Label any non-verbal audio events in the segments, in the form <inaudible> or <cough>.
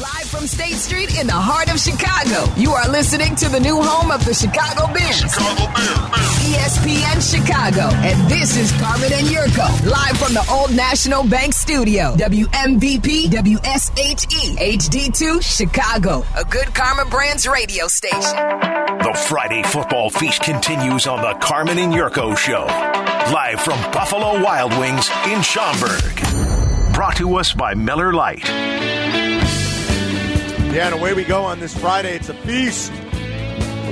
Live from State Street in the heart of Chicago, you are listening to the new home of the Chicago Bears. E Chicago ESPN Chicago. And this is Carmen and Yurko, live from the Old National Bank Studio. WMVP WSHE HD2 Chicago, a good Karma Brands radio station. The Friday football feast continues on the Carmen and Yurko Show. Live from Buffalo Wild Wings in Schaumburg. Brought to us by Miller Lite. Yeah, and away we go on this Friday. It's a feast.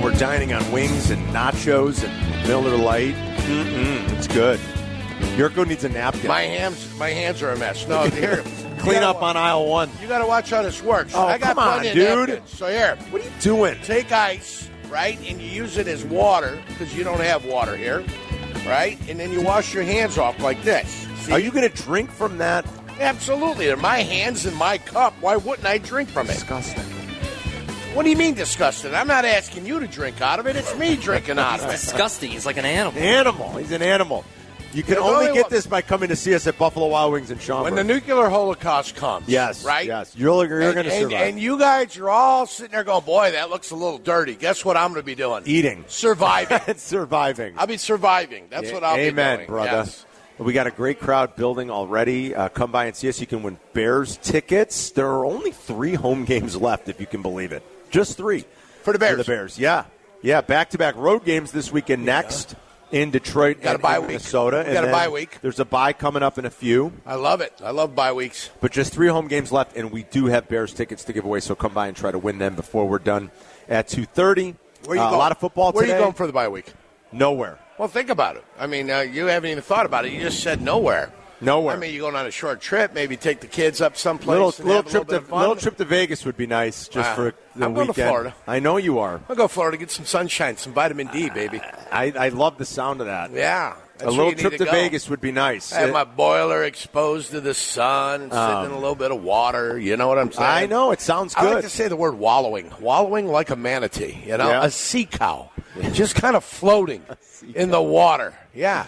We're dining on wings and nachos and Miller Lite. Mm-mm, it's good. Yurko needs a napkin. My hands, my hands are a mess. <laughs> No, here, Clean up on aisle one. You got to watch how this works. Oh, I got come on, plenty of dude. napkins. So here, What are you doing? take ice, right, and you use it as water because you don't have water here, right? And then you wash your hands off like this. See? Are you going to drink from that? Absolutely. They're my hands in my cup. Why wouldn't I drink from it? Disgusting. What do you mean disgusted? I'm not asking you to drink out of it. <laughs> It's me drinking out of it. disgusting. He's like an animal. Animal. He's an animal. You can There's only only get one- this by coming to see us at Buffalo Wild Wings in Schaumburg. When the nuclear holocaust comes, yes, right? Yes, you're, you're And- going to and, survive. and you guys are all sitting there going, boy, that looks a little dirty. Guess what I'm going to be doing? Eating. <laughs> Surviving. <laughs> it's surviving. I'll be surviving. That's what I'll Amen, be doing. brother. Yes. We got a great crowd building already. Uh, come by and see us. You can win Bears tickets. There are only three home <laughs> games left, if you can believe it. Just three For the Bears. the Bears, yeah, yeah. Back to back road games this weekend. Next in Detroit, Got a and bye in week. Minnesota. We and got a then bye week. There's a bye coming up in a few, I love it. I love bye weeks. but just three home games left, and we do have Bears tickets to give away. So come by and try to win them before we're done at two thirty. Where you uh, going? A lot of football Where today. are you going for the bye week? Nowhere. Well, think about it. I mean, uh, you haven't even thought about it. You just said nowhere. Nowhere. I mean, you're going on a short trip. Maybe take the kids up someplace. Little, and little have a trip bit of to fun. little trip to Vegas would be nice just Wow. for the I'm going to weekend. Florida. I know you are. I'll go to Florida get some sunshine, some vitamin D, baby. I, I love the sound of that. Yeah. Ah. that's a where little you need trip to, go. Vegas would be nice. I have It- my boiler exposed to the sun and sitting in a little bit of water. You know what I'm saying? Um. I know it sounds I good. like to say the word wallowing. Wallowing like a manatee, you know, Yeah. a sea cow. Just kind of <laughs> floating in the water. Yeah.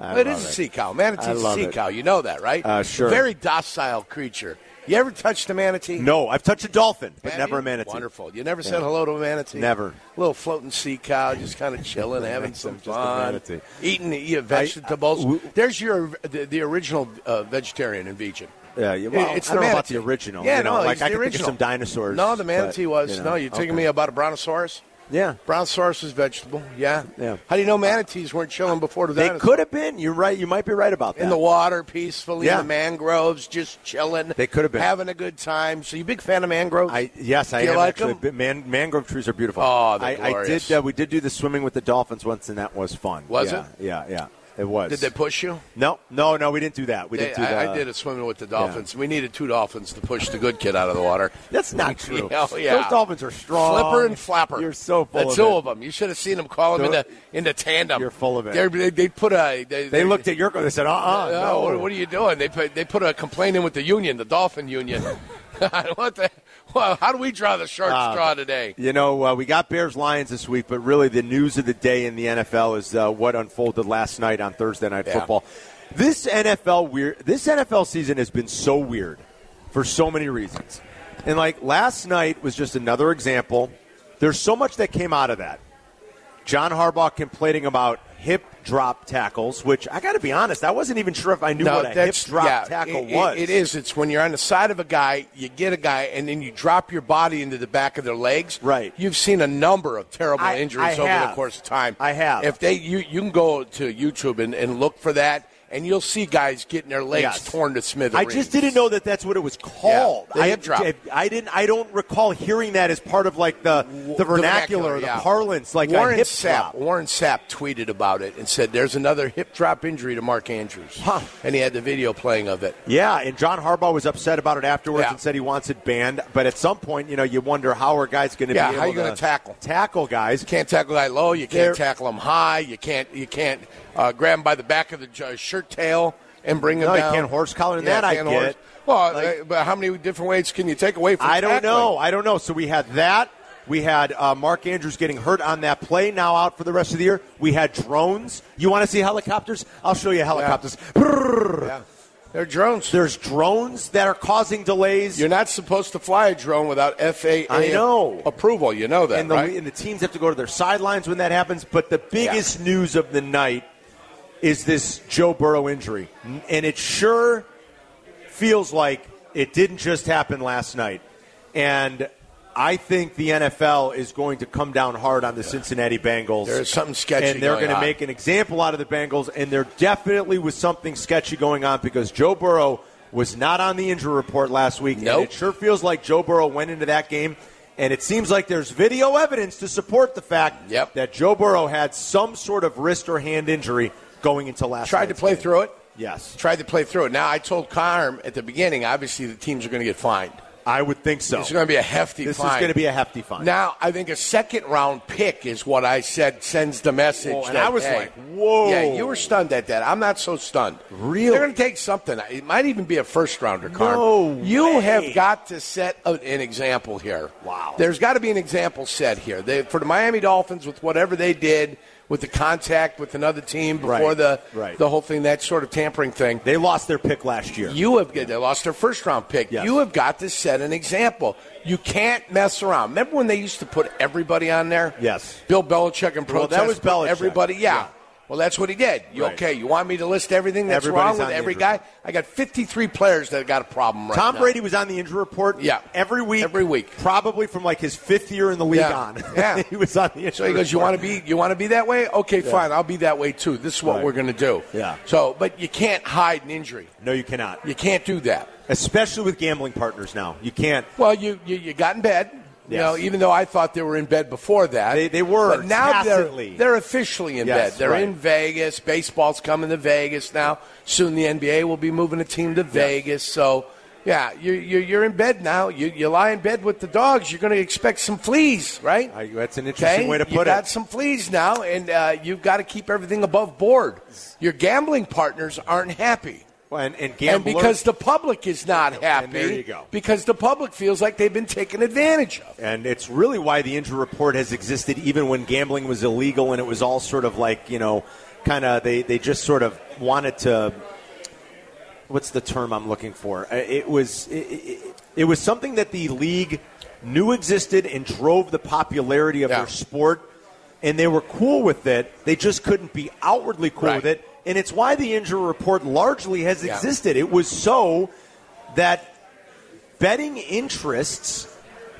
I it love is a it. sea cow. Manatee's I a love sea it. cow. You know that, right? Uh, sure. Very docile creature. You ever touched a manatee? no, I've touched a dolphin, but Have never you? a manatee. Wonderful. You never said hello to a manatee? Never. Little floating sea cow, just kind <laughs> of chilling, having some Just a fun, manatee. eating eat vegetables. w- There's your the, the original uh, vegetarian and vegan. Yeah, yeah, well, it's I don't the know about manatee. the original. Yeah, you know, no, like it's I the could think of original. some dinosaurs. No, the manatee but, was. you know, no, you're taking okay. me about a brontosaurus. Yeah, Brontosaurus is vegetable. Yeah. Yeah. How do you know manatees weren't chilling before the they dinosaurs? could have been. You're right. You might be right about that. in the water peacefully Yeah. in the mangroves, just chilling. They could have been. having a good time. So you big fan of mangroves? I yes, I Do you am like actually. 'em? But Man, mangrove trees are beautiful. Oh, they're I, I glorious. did. Uh, we did do the swimming with the dolphins once, and that was fun. Was yeah, it? Yeah, yeah, it was. Did they push you? No, no, no. We didn't do that. We They- didn't do I, that. I did a swimming with the dolphins. We needed two dolphins to push the good kid out of the water. That's <laughs> not true. Yeah, oh, yeah. Those dolphins are strong. Flipper and Flapper. Oh, You're so full the of two it. of them. You should have seen them call them Don't- into into tandem. You're full of it. They're- They, they put a. They looked at Yurko. They said, "Uh, uh No, no." What, what are you doing? They put they put a complaint in with the union, the dolphin union. <laughs> what the? Well, how do we draw the short Ah, straw today? You know, uh, we got Bears Lions this week, but really the news of the day in the NFL is uh, what unfolded last night on Thursday Night Yeah. Football. This NFL weird. This NFL season has been so weird for so many reasons, and like last night was just another example. There's so much that came out of that. John Harbaugh complaining about hip drop tackles, which I got to be honest, I wasn't even sure if I knew what a hip drop yeah, tackle it- it- was. it is. It's when you're on the side of a guy, you get a guy, and then you drop your body into the back of their legs. Right. You've seen a number of terrible I- I injuries over have. the course of time. I have. If they, you, you can go to YouTube and, and look for that, and you'll see guys getting their legs Yes. torn to I smithereens. just didn't know that that's what it was called. the I, hip drop. I, I didn't. I don't recall hearing that as part of like the the vernacular, or the yeah. parlance, like Warren a hip Sapp. drop. Warren Sapp tweeted about it and said, "There's another hip drop injury to Mark Andrews," Huh. and he had the video playing of it. Yeah, and John Harbaugh was upset about it afterwards Yeah. and said he wants it banned. But at some point, you know, you wonder how are guys going to Yeah, be how able you gonna to tackle? tackle guys? You can't tackle a guy low. You There- can't tackle him high. You can't. You can't uh, grab him by the back of the uh, shirt tail and bring him No, you down. can't horse collar him. Yeah, That I can't get. horse- Well, Like- uh, but how many different ways can you take away from? I don't tackling? know. I don't know. So we had that. We had uh, Mark Andrews getting hurt on that play, now out for the rest of the year. We had drones. You want to see helicopters? I'll show you helicopters. Brrrr. Yeah. They're drones. There's drones that are causing delays, You're not supposed to fly a drone without FAA I know. approval. You know that, and, the, right? and the teams have to go to their sidelines when that happens. But the biggest news of the night is this Joe Burrow injury, and it sure feels like it didn't just happen last night. And I think the NFL is going to come down hard on the Cincinnati Bengals. There is something sketchy and they're going to on. make an example out of the Bengals. And there definitely was something sketchy going on because Joe Burrow was not on the injury report last week. And Nope. it sure feels like Joe Burrow went into that game. And it seems like there's video evidence to support the fact Yep. that Joe Burrow had some sort of wrist or hand injury going into last. Tried to night's play game. through it. Yes, Tried to play through it. Now I told Carm at the beginning. Obviously, the teams are going to get fined. I would think so. It's going to be a hefty This is fine. going to be a hefty fine. Now, I think a second round pick is what I said sends the message. Whoa, Oh, and that, I was hey- like, whoa. Yeah, you were stunned at that. I'm not so stunned. Really? They're going to take something. It might even be a first rounder, Carm. No You way. have got to set a, an example here. Wow. There's got to be an example set here. They, for the Miami Dolphins, with whatever they did with the contact with another team before Right, the, right. the whole thing, that sort of tampering thing. they lost their pick last year. You have they lost their first round pick. Yes. You have got to set an example. You can't mess around. Remember when they used to put everybody on there? Yes. Bill Belichick and Well, protest. that was put Belichick. Everybody, yeah. Yeah. Well, that's what he did. You Right. okay? You want me to list everything that's Everybody's wrong on with the every injury. guy? I got 53 players that got a problem right Tom now. Brady was on the injury report. Yeah. every week. Every week. probably from like his fifth year in the league Yeah. on. Yeah. <laughs> he was on the injury. So he goes, "You want to be, you want to be that way? Okay, fine. I'll be that way too. This is what Right. we're going to do." Yeah. So, but you can't hide an injury. No, you cannot. You can't do that. Especially with gambling partners now, you can't. Well, you, you, you got in bed. You Yes. know, even though I thought they were in bed before that, They- they were, But now they're, tacitly. they're officially in Yes, bed. They're right. in Vegas. Baseball's coming to Vegas now. Soon the NBA will be moving a team to Vegas. So, yeah, you, you, you're in bed now. You, you lie in bed with the dogs. You're going to expect some fleas, right? I- that's an interesting way to you put got it. some fleas now, and uh, you've got to keep everything above board. Your gambling partners aren't happy. And, and And gamblers. because the public is not happy, there you go. because the public feels like they've been taken advantage of. And it's really why the injury report has existed even when gambling was illegal and it was all sort of like, you know, kind of, they, they just sort of wanted to. What's the term I'm looking for? Uh, It was it, it, it was something that the league knew existed and drove the popularity of Yeah. their sport, and they were cool with it. They just couldn't be outwardly cool Right. with it, and it's why the injury report largely has Yeah. existed. It was so that betting interests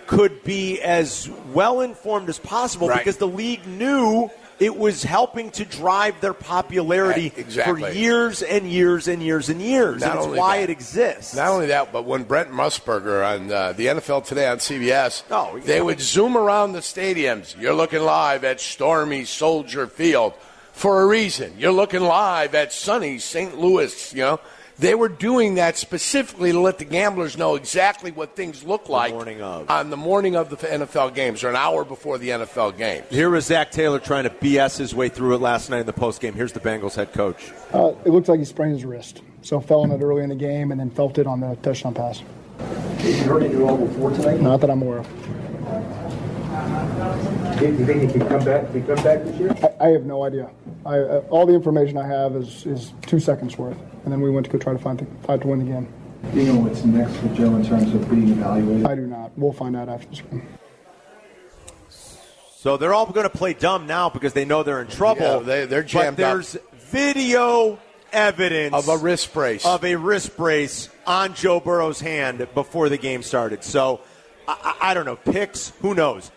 could be as well informed as possible Right. because the league knew it was helping to drive their popularity Right, Eh, exactly. for years and years and years and years. Not and it's only why that- it exists. Not only that, but when Brent Musburger on uh, the NFL Today on CBS, Oh, yeah. they would zoom around the stadiums. You're looking live at stormy Soldier Field for a reason. You're looking live at sunny St. Louis. You know, they were doing that specifically to let the gamblers know exactly what things look like morning of. on the morning of the NFL games or an hour before the NFL games. Here was Zach Taylor trying to BS his way through it last night in the postgame. Here's the Bengals head coach. Uh, it looks like he sprained his wrist. So fell on it early in the game and then felt it on the touchdown pass. Did you heard it at all before tonight? Not that I'm aware of. Do you think it can come back, can come back this year? I, I have no idea. I, uh, all the information I have is, is two seconds worth. And then we went to go try to find, the, find to win the game. Do you know what's next for Joe in terms of being evaluated? I do not. We'll find out after this game. So they're all going to play dumb now because they know they're in trouble. Yeah, they- they're jammed up. But there's video evidence Of a wrist brace. of a wrist brace on Joe Burrow's hand before the game started. So I, I I don't know picks. Who knows?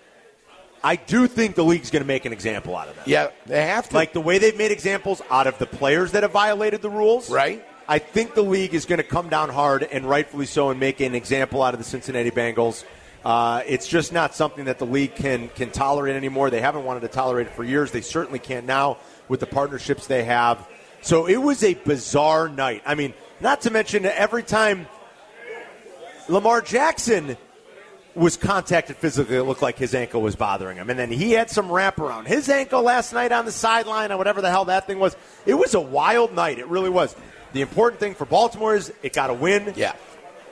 I do think the league's going to make an example out of that. Yeah, they have to. Like the way they've made examples out of the players that have violated the rules. Right. I think the league is going to come down hard and rightfully so and make an example out of the Cincinnati Bengals. Uh, it's just not something that the league can can tolerate anymore. They haven't wanted to tolerate it for years. They certainly can't now with the partnerships they have. So it was a bizarre night. I mean, not to mention every time Lamar Jackson was contacted physically. It looked like his ankle was bothering him. And then he had some wraparound. His ankle last night on the sideline or whatever the hell that thing was. It was a wild night. It really was. The important thing for Baltimore is it got a win. yeah.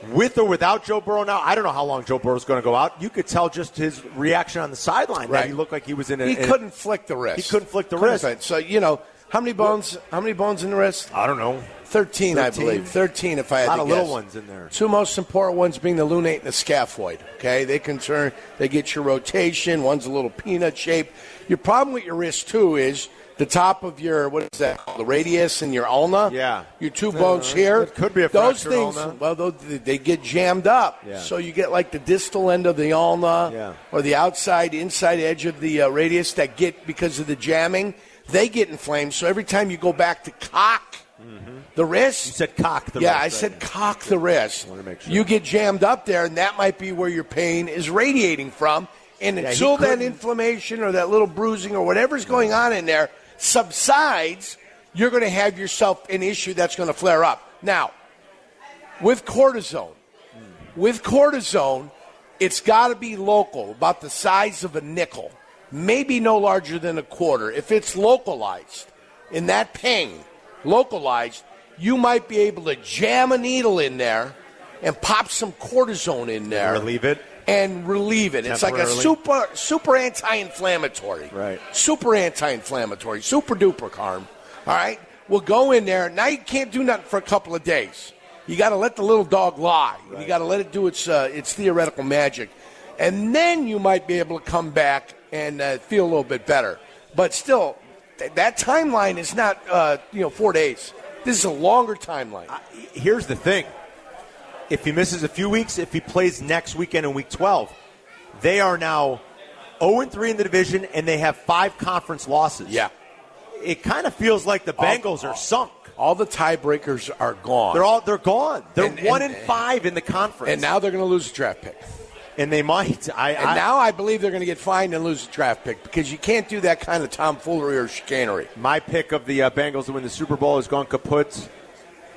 With or without Joe Burrow now, I don't know how long Joe Burrow's going to go out. You could tell just his reaction on the sideline that Right. he looked like he was in a. He in a- couldn't flick the wrist. He couldn't flick the wrist. flick. So, you know, How many bones? How many bones in the wrist? I don't know. 13, I 13. believe. 13, if I had A lot to of little guess. ones in there. Two most important ones being the lunate and the scaphoid. Okay, they can turn. They get your rotation. One's a little peanut shape. Your problem with your wrist too is the top of your what is that? called? The radius and your ulna. Yeah. Uh, Your two bones here. it could be a those fractured things. ulna. Well, tho- they get jammed up. Yeah. So you get like the distal end of the ulna Yeah. or the outside inside edge of the uh, radius that get because of the jamming. They get inflamed. So every time you go back to cock the wrist, Mm-hmm. You said cock the yeah, wrist, I right? said cock the wrist. Wanted to make sure. You get jammed up there, and that might be where your pain is radiating from. And he until that couldn't- inflammation or that little bruising or whatever's going on in there subsides, you're going to have yourself an issue that's going to flare up. Now, with cortisone, with cortisone, it's got to be local, about the size of a nickel, maybe no larger than a quarter. If it's localized in that pain, localized, you might be able to jam a needle in there and pop some cortisone in there. Relieve it? And relieve it. It's like a Temporarily? super super anti-inflammatory. Right. Super anti-inflammatory. Super duper carm. All right. We'll go in there. Now you can't do nothing for a couple of days. You got to let the little dog lie. You got to let it do its uh, its theoretical magic, and then you might be able to come back and uh, feel a little bit better. But still, th- that timeline is not uh, you know four days. This is a longer timeline. Uh, Here's the thing. If he misses a few weeks, if he plays next weekend in week 12, they are now 0 3 in the division and they have five conference losses. yeah. It kind of feels like the Bengals are sunk. All the tiebreakers are gone. They're all they're gone. They're And- one and- in five in the conference. and now they're going to lose a draft pick. and they might. I, And I now I believe they're going to get fined and lose a draft pick because you can't do that kind of tomfoolery or chicanery. my pick of the uh, Bengals to win the Super Bowl has gone kaput.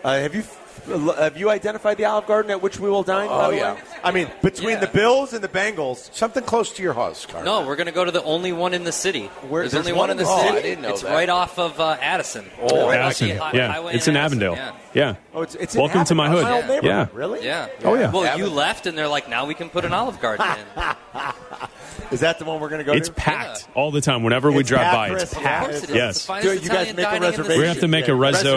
Uh, have you f- have you identified the Olive Garden at which we will dine? by Oh, the yeah. way? I mean between Yeah. the Bills and the Bengals. Something close to your house, Carl. No, we're going to go to the only one in the city. Where- there's, there's only one one, in in the the city. city? I didn't know it's that. right off of uh, Addison. Oh, right Addison. off the hi- Yeah, highway it's in Addison, Avondale. Yeah. Yeah. Oh, it's, it's in welcome to my Avondale. hood. It's old neighborhood. Yeah. Really? <laughs> Yeah. Oh, yeah. Well, you Addison. left, and they're like, now we can put an Olive Garden <laughs> in. Is that the one we're going to go It's to? packed all the time. Whenever we It's drive packed, by, it's Chris. Of course packed. it is. It's the Yes. finest Dude, you guys Italian make a dining in the reservation. We're city. going to have to make a reservo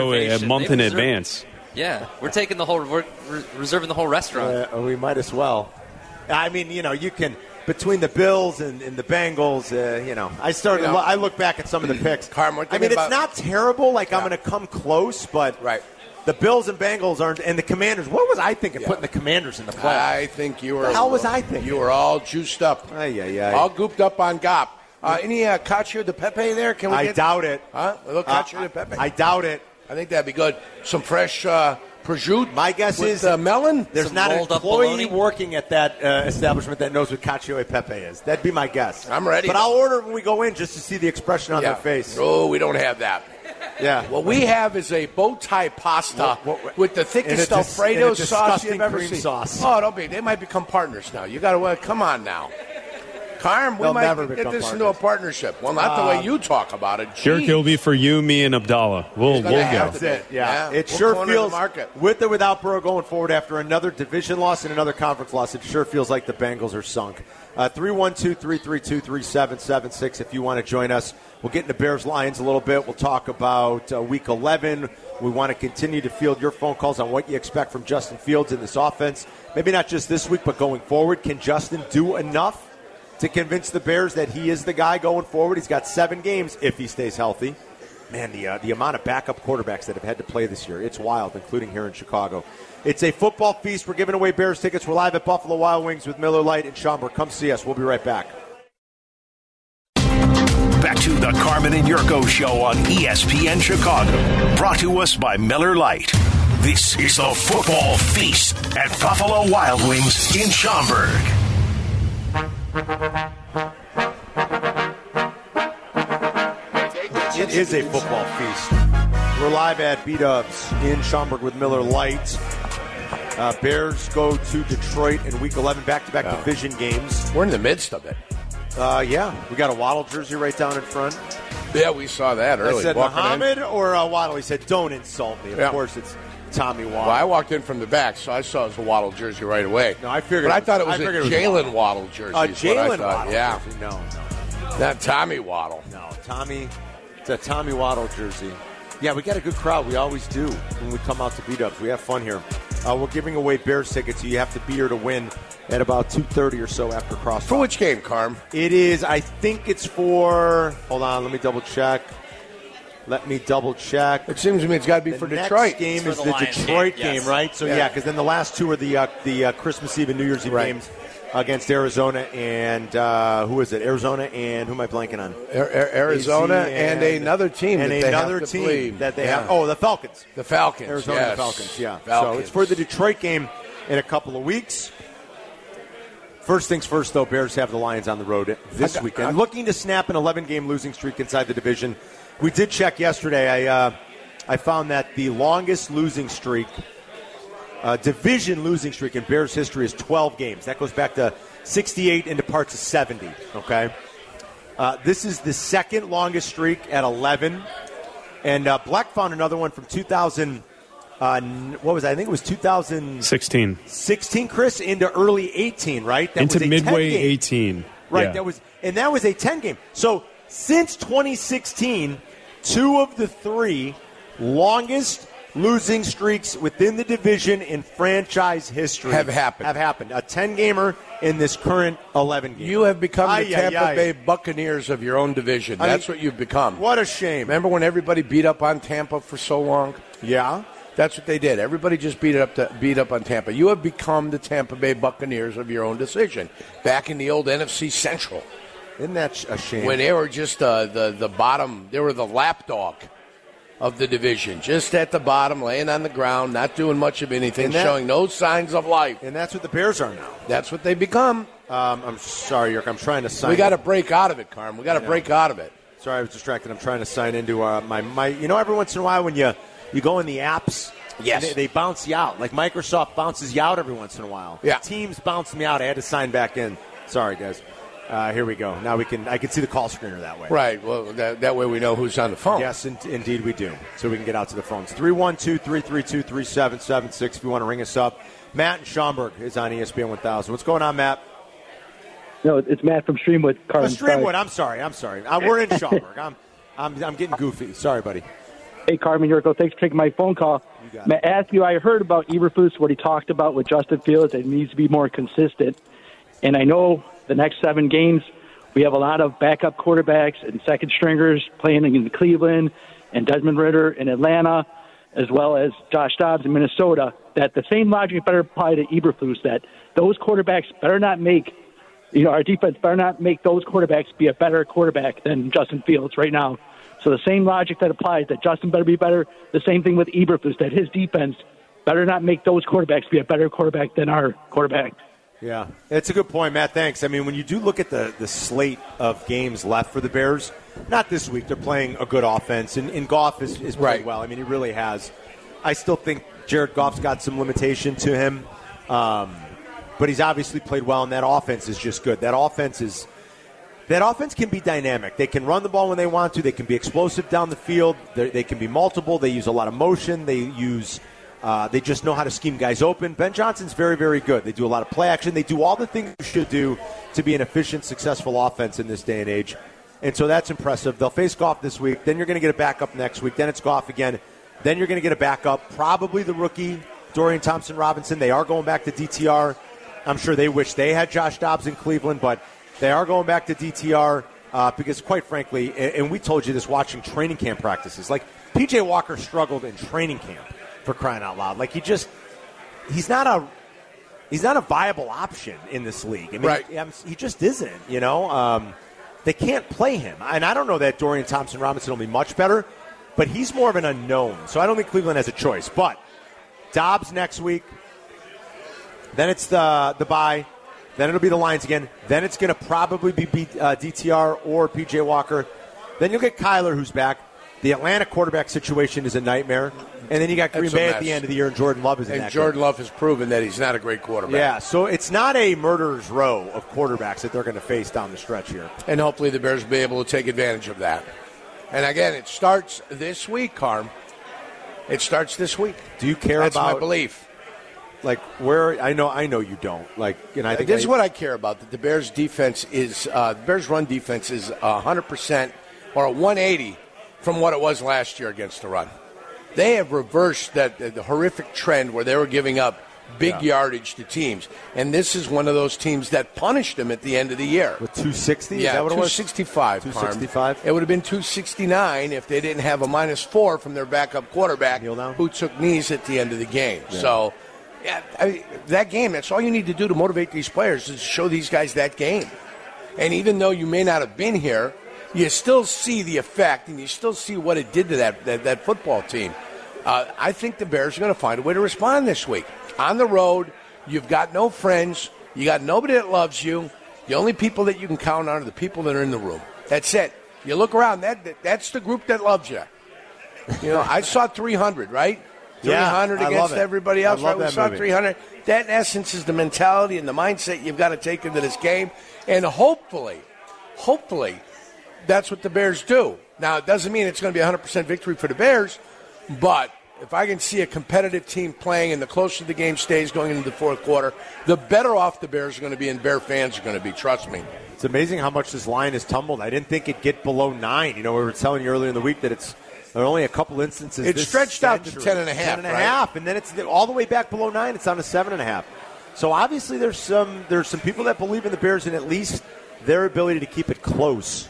a Reservation. month They in reserve- advance. Yeah, we're taking the whole we're re- reserving the whole restaurant. Uh, we might as well. I mean, you know, you can between the Bills and, and the Bengals. Uh, you know, I started. You know. I look back at some of the <clears throat> picks. Carm, what- I mean, it's about- not terrible. Like I'm Yeah. going to come close, but Right. The Bills and Bengals aren't, and the Commanders. What was I thinking Yeah. putting the Commanders in the playoffs? I think you were. The hell was I thinking? You were all juiced up. Ay, ay, ay. All gooped up on GOP. Uh, any uh, cacio de pepe there? Can we? I get, doubt it. Huh? A little Uh, cacio de pepe. I, I doubt it. I think that'd be good. Some fresh uh, prosciutto. My guess with, is uh, melon. There's Some not an rolled up employee bologna? working at that uh, establishment that knows what cacio e pepe is. That'd be my guess. I'm ready. but I'll order it when we go in just to see the expression on Yeah. their face. Oh, we don't have that. Yeah. What we have is a bow tie pasta What- what- what- with the and thickest a dis- Alfredo and a sauce disgusting you've ever cream seen. sauce. Oh, don't be. They might become partners now. You got to well, come on now. Carm, we They'll might never get become this into a partners. Um, partnership. Well, not the way you talk about it. Jerk, Jeez. it'll be for you, me, and Abdallah. We'll gonna we'll have go. to- That's it. Yeah, Yeah. it We're sure cornering the feels market. with or without Burrow going forward after another division loss and another conference loss. It sure feels like the Bengals are sunk. Uh, Three one two three three two three seven seven six. If you want to join us, we'll get into Bears Lions a little bit. We'll talk about uh, Week Eleven. We want to continue to field your phone calls on what you expect from Justin Fields in this offense. Maybe not just this week, but going forward, can Justin do enough to convince the Bears that he is the guy going forward? He's got seven games if he stays healthy. Man, the, uh, the amount of backup quarterbacks that have had to play this year, it's wild, including here in Chicago. It's a football feast. We're giving away Bears tickets. We're live at Buffalo Wild Wings with Miller Lite and Schaumburg. Come see us. We'll be right back. Back to the Carmen and Yurko Show on E ESPN Chicago. Brought to us by Miller Lite. This is the football feast at Buffalo Wild Wings in Schaumburg. It is a football feast. We're live at B Dubs in Schaumburg with Miller Lite. Uh, Bears go to Detroit in Week 11, back-to-back Yeah. division games. We're in the midst of it. Uh, yeah, we got a Waddle jersey right down in front. Yeah, we saw that early. I said Walking in. Muhammad or uh, Waddle. He said, "Don't insult me." Of Yeah. course, it's Tommy Waddle. Well, I walked in from the back, so I saw it was a Waddle jersey right away. No, I figured But it I was- thought I it was a figured it was Jalen Waddle jersey. Uh, is what I Jalen thought. Waddle. Yeah, jersey. No, no, not Tommy Waddle. no. Tommy It's a Tommy Waddle jersey. Yeah, we got a good crowd. We always do when we come out to beat ups. We have fun here. Uh, we're giving away Bears tickets. You have to be here to win at about two thirty or so after cross. For which game, Carm? It is. I think it's for. Hold on. Let me double check. Let me double check. It seems to me it's got to be The for next Detroit. game It's for is the the, Lions game, Detroit game, yes. right? So Yeah. yeah, because then the last two are the uh, the uh, Christmas Eve and New Year's Eve Right. games against Arizona and uh, who is it? Arizona and who am I blanking on? A- A- Arizona AC and, another team and that they another have to team play. that they Yeah. have. Oh, the Falcons. the Falcons. Arizona yes. Falcons. Yeah. So Falcons. it's for the Detroit game in a couple of weeks. First things first, though, Bears have the Lions on the road this I got- weekend, I- looking to snap an 11-game losing streak inside the division. We did check yesterday. I uh, I found that the longest losing streak, uh, division losing streak in Bears history is 12 games. That goes back to 68 into parts of 70. Okay. Uh, this is the second longest streak at 11. And uh, Black found another one from 2000. Uh, n- what was I? I think it was 2016, 16 Chris, into early 18, right? That into was a 10 midway game. 18. Right. Yeah. That was and that was a 10 game. So since 2016, two of the three longest losing streaks within the division in franchise history Have happened. Have happened. A 10 gamer in this current 11 game. You have become Ay, the ay, Tampa ay. Bay Buccaneers of your own division. I That's mean, what you've become. What a shame. Remember when everybody beat up on Tampa for so long? Yeah. That's what they did. Everybody just beat up to, beat up on Tampa. You have become the Tampa Bay Buccaneers of your own decision. Back in the old NFC Central, Isn't that sh- a shame? when they were just uh, the the bottom, they were the lapdog of the division, just at the bottom, laying on the ground, not doing much of anything, And that- showing no signs of life. and that's what the Bears are now. That's what they become. Um, I'm sorry, York. I'm trying to sign. We got to in. break out of it, Carm. We got to break out of it. Sorry, I was distracted. I'm trying to sign into uh, my my. You know, every once in a while when you you go in the apps, Yes. they, they bounce you out. Like Microsoft bounces you out every once in a while. Yeah. Teams bounce me out. I had to sign back in. Sorry, guys. Uh, here we go. Now we can. I can see the call screener that way. Right. Well, that, that way we know who's on the phone. Yes, in- indeed we do. So we can get out to the phones. 312 332 3776 if you want to ring us up. Matt in Schaumburg is on E ESPN 1000. What's going on, Matt? No, it's Matt from Streamwood. Carl, Oh, I'm sorry. Streamwood, I'm sorry. I'm sorry. Uh, we're in Schaumburg. I'm, I'm, I'm getting goofy. Sorry, buddy. Hey, Carmen Yurko, thanks for taking my phone call. You got Matt, ask you, I heard about Eberflus, what he talked about with Justin Fields, that he needs to be more consistent. And I know the next seven games, we have a lot of backup quarterbacks and second stringers playing in Cleveland and Desmond Ritter in Atlanta, as well as Josh Dobbs in Minnesota. That the same logic better apply to Eberflus, that those quarterbacks better not make, you know, our defense better not make those quarterbacks be a better quarterback than Justin Fields right now. So the same logic that applies that Justin better be better, the same thing with Eberflus, that his defense better not make those quarterbacks be a better quarterback than our quarterback. Yeah, that's a good point, Matt. Thanks. I mean, when you do look at the, the slate of games left for the Bears, not this week. They're playing a good offense, and, and Goff is, is playing Right. well. I mean, he really has. I still think Jared Goff's got some limitation to him, um, but he's obviously played well, and that offense is just good. That offense is that offense can be dynamic. They can run the ball when they want to. They can be explosive down the field. They they can be multiple. They use a lot of motion. They use. Uh, they just know how to scheme guys open. Ben Johnson's very, very good. They do a lot of play action. They do all the things you should do to be an efficient, successful offense in this day and age. And so that's impressive. They'll face Goff this week. Then you're going to get a backup next week. Then it's Goff again. Then you're going to get a backup, probably the rookie Dorian Thompson Robinson. They are going back to DTR. I'm sure they wish they had Josh Dobbs in Cleveland, but they are going back to DTR uh, because, quite frankly, and, and we told you this watching training camp practices. Like PJ Walker struggled in training camp for crying out loud. Like he just he's not a he's not a viable option in this league. I mean, Right. I'm- he just isn't. You know, um, they can't play him, and I don't know that Dorian Thompson Robinson will be much better, but he's more of an unknown. So I don't think Cleveland has a choice. But Dobbs next week. Then it's the the bye. Then it'll be the Lions again. Then it's going to probably be, be uh, DTR or PJ Walker. Then you'll get Kyler, who's back. The Atlanta quarterback situation is a nightmare. And then you got Green It's a Bay at mess. the end of the year, and Jordan Love is in And that Jordan Love has proven that he's not a great quarterback. yeah, so it's not a murderer's row of quarterbacks that they're going to face down the stretch here. And hopefully the Bears will be able to take advantage of that. And again, it starts this week, Carm. It starts this week. Do you care That's my about belief. like where? I know, I know you don't like, and I think Uh, this is what I care about. That the Bears' defense is uh, the Bears' run defense is hundred percent or a one eighty from what it was last year against the run. They have reversed that the, the horrific trend where they were giving up big Yeah. yardage to teams, and this is one of those teams that punished them at the end of the year. With 260? Yeah, is that what it was? 265. Parm. 265? It would have been 269 if they didn't have a minus four from their backup quarterback Kneel down. who took knees at the end of the game. So, yeah, I, that game, that's all you need to do to motivate these players is show these guys that game. And even though you may not have been here, you still see the effect and you still see what it did to that, that, that football team. Uh, I think the Bears are going to find a way to respond this week. On the road, you've got no friends, you got nobody that loves you. The only people that you can count on are the people that are in the room. That's it. You look around, that, that that's the group that loves you. You know, I saw 300, right? Yeah, 300 I love against it. everybody else, I love right? We that saw movie. 300. That, in essence, is the mentality and the mindset you've got to take into this game. And hopefully, hopefully, that's what the Bears do. Now, it doesn't mean it's going to be 100% victory for the Bears, but if I can see a competitive team playing and the closer the game stays going into the fourth quarter, the better off the Bears are going to be and Bear fans are going to be, trust me. It's amazing how much this line has tumbled. I didn't think it'd get below nine. You know, we were telling you earlier in the week that it's there are only a couple instances. It this stretched out to century. 10 and a half, Ten and a right? half, and then it's all the way back below nine. It's down to seven and a half. So obviously, there's some there's some people that believe in the Bears and at least their ability to keep it close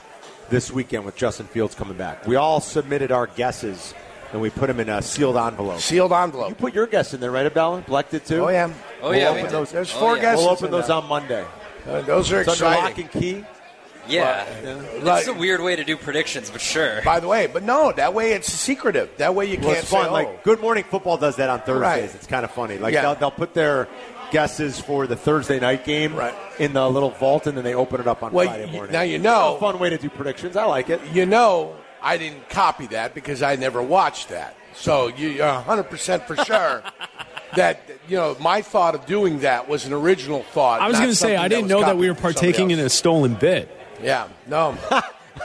this weekend with Justin Fields coming back. We all submitted our guesses and we put them in a sealed envelope. Sealed envelope. You put your guess in there, right, Abdallah? Blacked it too. Oh, yeah. Oh, yeah, we Open did. those. There's Oh, four yeah. guesses. We'll open in those there. on Monday. Uh, those are It's under exciting. lock and key. Yeah. Right. It's a weird way to do predictions, but sure. By the way, but no, that way it's secretive. That way you Well, can't it's fun. say, "Oh." Like Good Morning Football does that on Thursdays. Right. It's kind of funny. Like Yeah. they'll, they'll put their guesses for the Thursday night game Right. in the little vault, and then they open it up on Well, Friday you- morning. now you know. It's a fun way to do predictions. I like it. oh, you know, I didn't copy that because I never watched that. So you- you're 100% for sure that, you know, my thought of doing that was an original thought. I was not going to say something I didn't was know that we were copied from partaking somebody in a stolen bit. else. Yeah, no.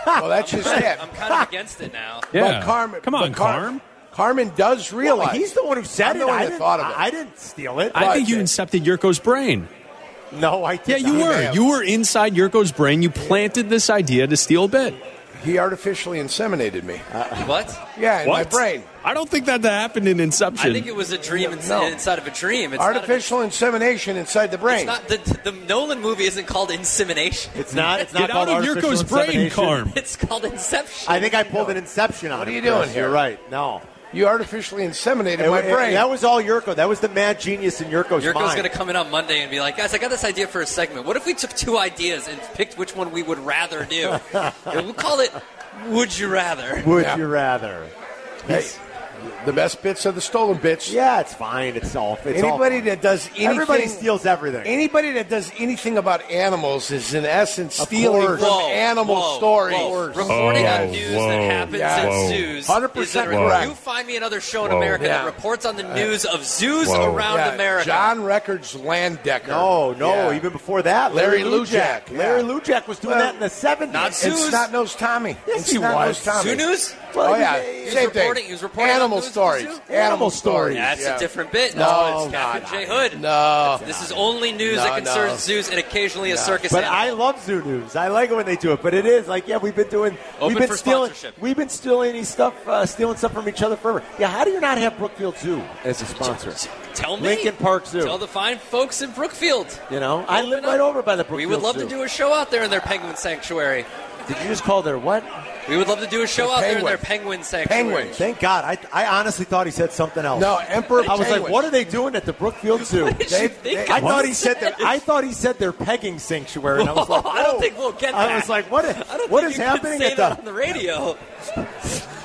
well, that's just it. I'm kind of against it now. Yeah, But Carmen, come on, but Car- Carm. Carmen does Well, realize. he's the one who said I'm it. the one I that didn't, thought of it. I didn't steal it. I Right. think you incepted Yurko's brain. no, I did Yeah, you not. were. You were inside Yurko's brain. You planted this idea to steal a bit. he artificially inseminated me. What? yeah, in my What? brain. I don't think that happened in Inception. I think it was a dream ins- No. inside of a dream. It's not a- Artificial insemination inside the brain. it's not the, the Nolan movie isn't called Insemination. <laughs> It's not. It's not Get called out of artificial Yurko's brain, insemination. Carm. It's called Inception. I think I pulled an inception on What are him, you doing Chris. here? You're right. No. You artificially inseminated It- my it- brain. that was all Yurko. That was the mad genius in Yurko's, Yurko's mind. going to come in on Monday and be like, guys, I got this idea for a segment. What if we took two ideas and picked which one we would <laughs> rather do? And we'll call it Would You Rather. Would Yeah. you rather? Hey, the best bits are the stolen bits. Yeah, it's fine. It's all. It's all anybody fine. that does anything, everybody steals everything. Anybody that does anything about animals is in essence stealing course. from Whoa, animal whoa, stories. whoa. Reporting Oh, on news that whoa, happens yeah. whoa. at zoos. 100% is that- correct. You find me another show in Whoa. America Yeah. Uh, that reports on the news of zoos Whoa. around Yeah, America. John Records Landecker. No, no, Yeah. even before that, Larry Larry, Lujak, Lujak. yeah. Larry Lujak was doing Well, that in the 70s. not And Zoos. Snot-Nosed Tommy. Yes, And he was. Snot-Nosed Tommy. Zoo news? Oh, yeah. He was Same reporting- thing. he was reporting animal on news at the stories. zoo. Animal, Animal stories. stories. That's yeah. a different bit. No, No, it's no, Captain no. J. Hood. No. This is only news No, that concerns no. zoos and occasionally a circus. But I animal. love Zoo News. I like it when they do it. But it is like, yeah, we've been doing, Open we've been for stealing, sponsorship. we've been stealing these stuff, uh, stealing stuff from each other forever. Yeah, how do you not have Brookfield Zoo as a sponsor? Tell me. Lincoln Park Zoo. Tell the fine folks in Brookfield. You know, I live Open up. right over by the Brookfield We would love Zoo. to do a show out there in their penguin sanctuary. Did you just call their what? We would love to do a show The out there in their penguin. penguin sanctuary. Penguins. Thank God. I, I honestly thought he said something else. No, Emperor I was like, Penguin. what are they doing at the Brookfield Zoo? <laughs> What did They- you think they- I I thought was he said that. I thought he said their pegging sanctuary, and I <laughs> was like, I don't whoa. think we'll get I that. was like, what? I don't What think is you could happening say at that the? on the radio?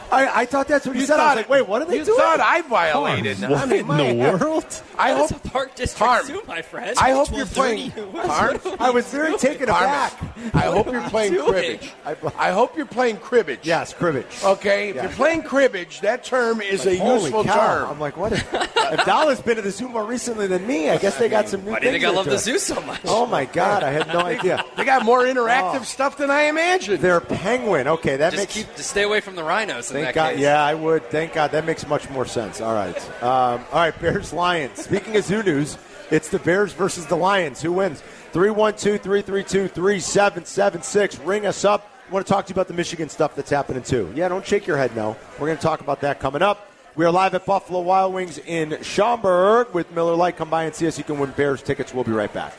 I, I thought that's what you, said. I was like, wait, what are they you doing? thought I Carm, violated. I what mean, in my- the world? I That's hope a park district Harm. zoo, my friend. I hope you're playing. Harm. Harm. I was very taken aback. Carmen, I hope you're playing doing? cribbage. I, I hope you're playing cribbage. Yes, cribbage. Okay. If Yeah. you're playing cribbage, that term is Like, a holy useful cow. term. I'm like, what? If, if Dallas been to the zoo more recently than me, I guess they got some new Why do you think things I love they're the zoo doing. so much? Oh my God, I had no idea. They got more interactive Oh. stuff than I imagined. They're penguin. Okay, that Just makes. keep, just stay away from the rhinos in Thank that God. case. Yeah, I would. Thank God. That makes much more sense. All right. Um, all right, Bears Lions. Speaking of zoo news, it's the Bears versus the Lions. Who wins? 312 332 3776. Ring us up. want to talk to you about the Michigan stuff that's happening too. Yeah, don't shake your head no. We're going to talk about that coming up. We are live at Buffalo Wild Wings in Schaumburg with Miller Lite. Come by and see us. You can win Bears tickets. We'll be right back.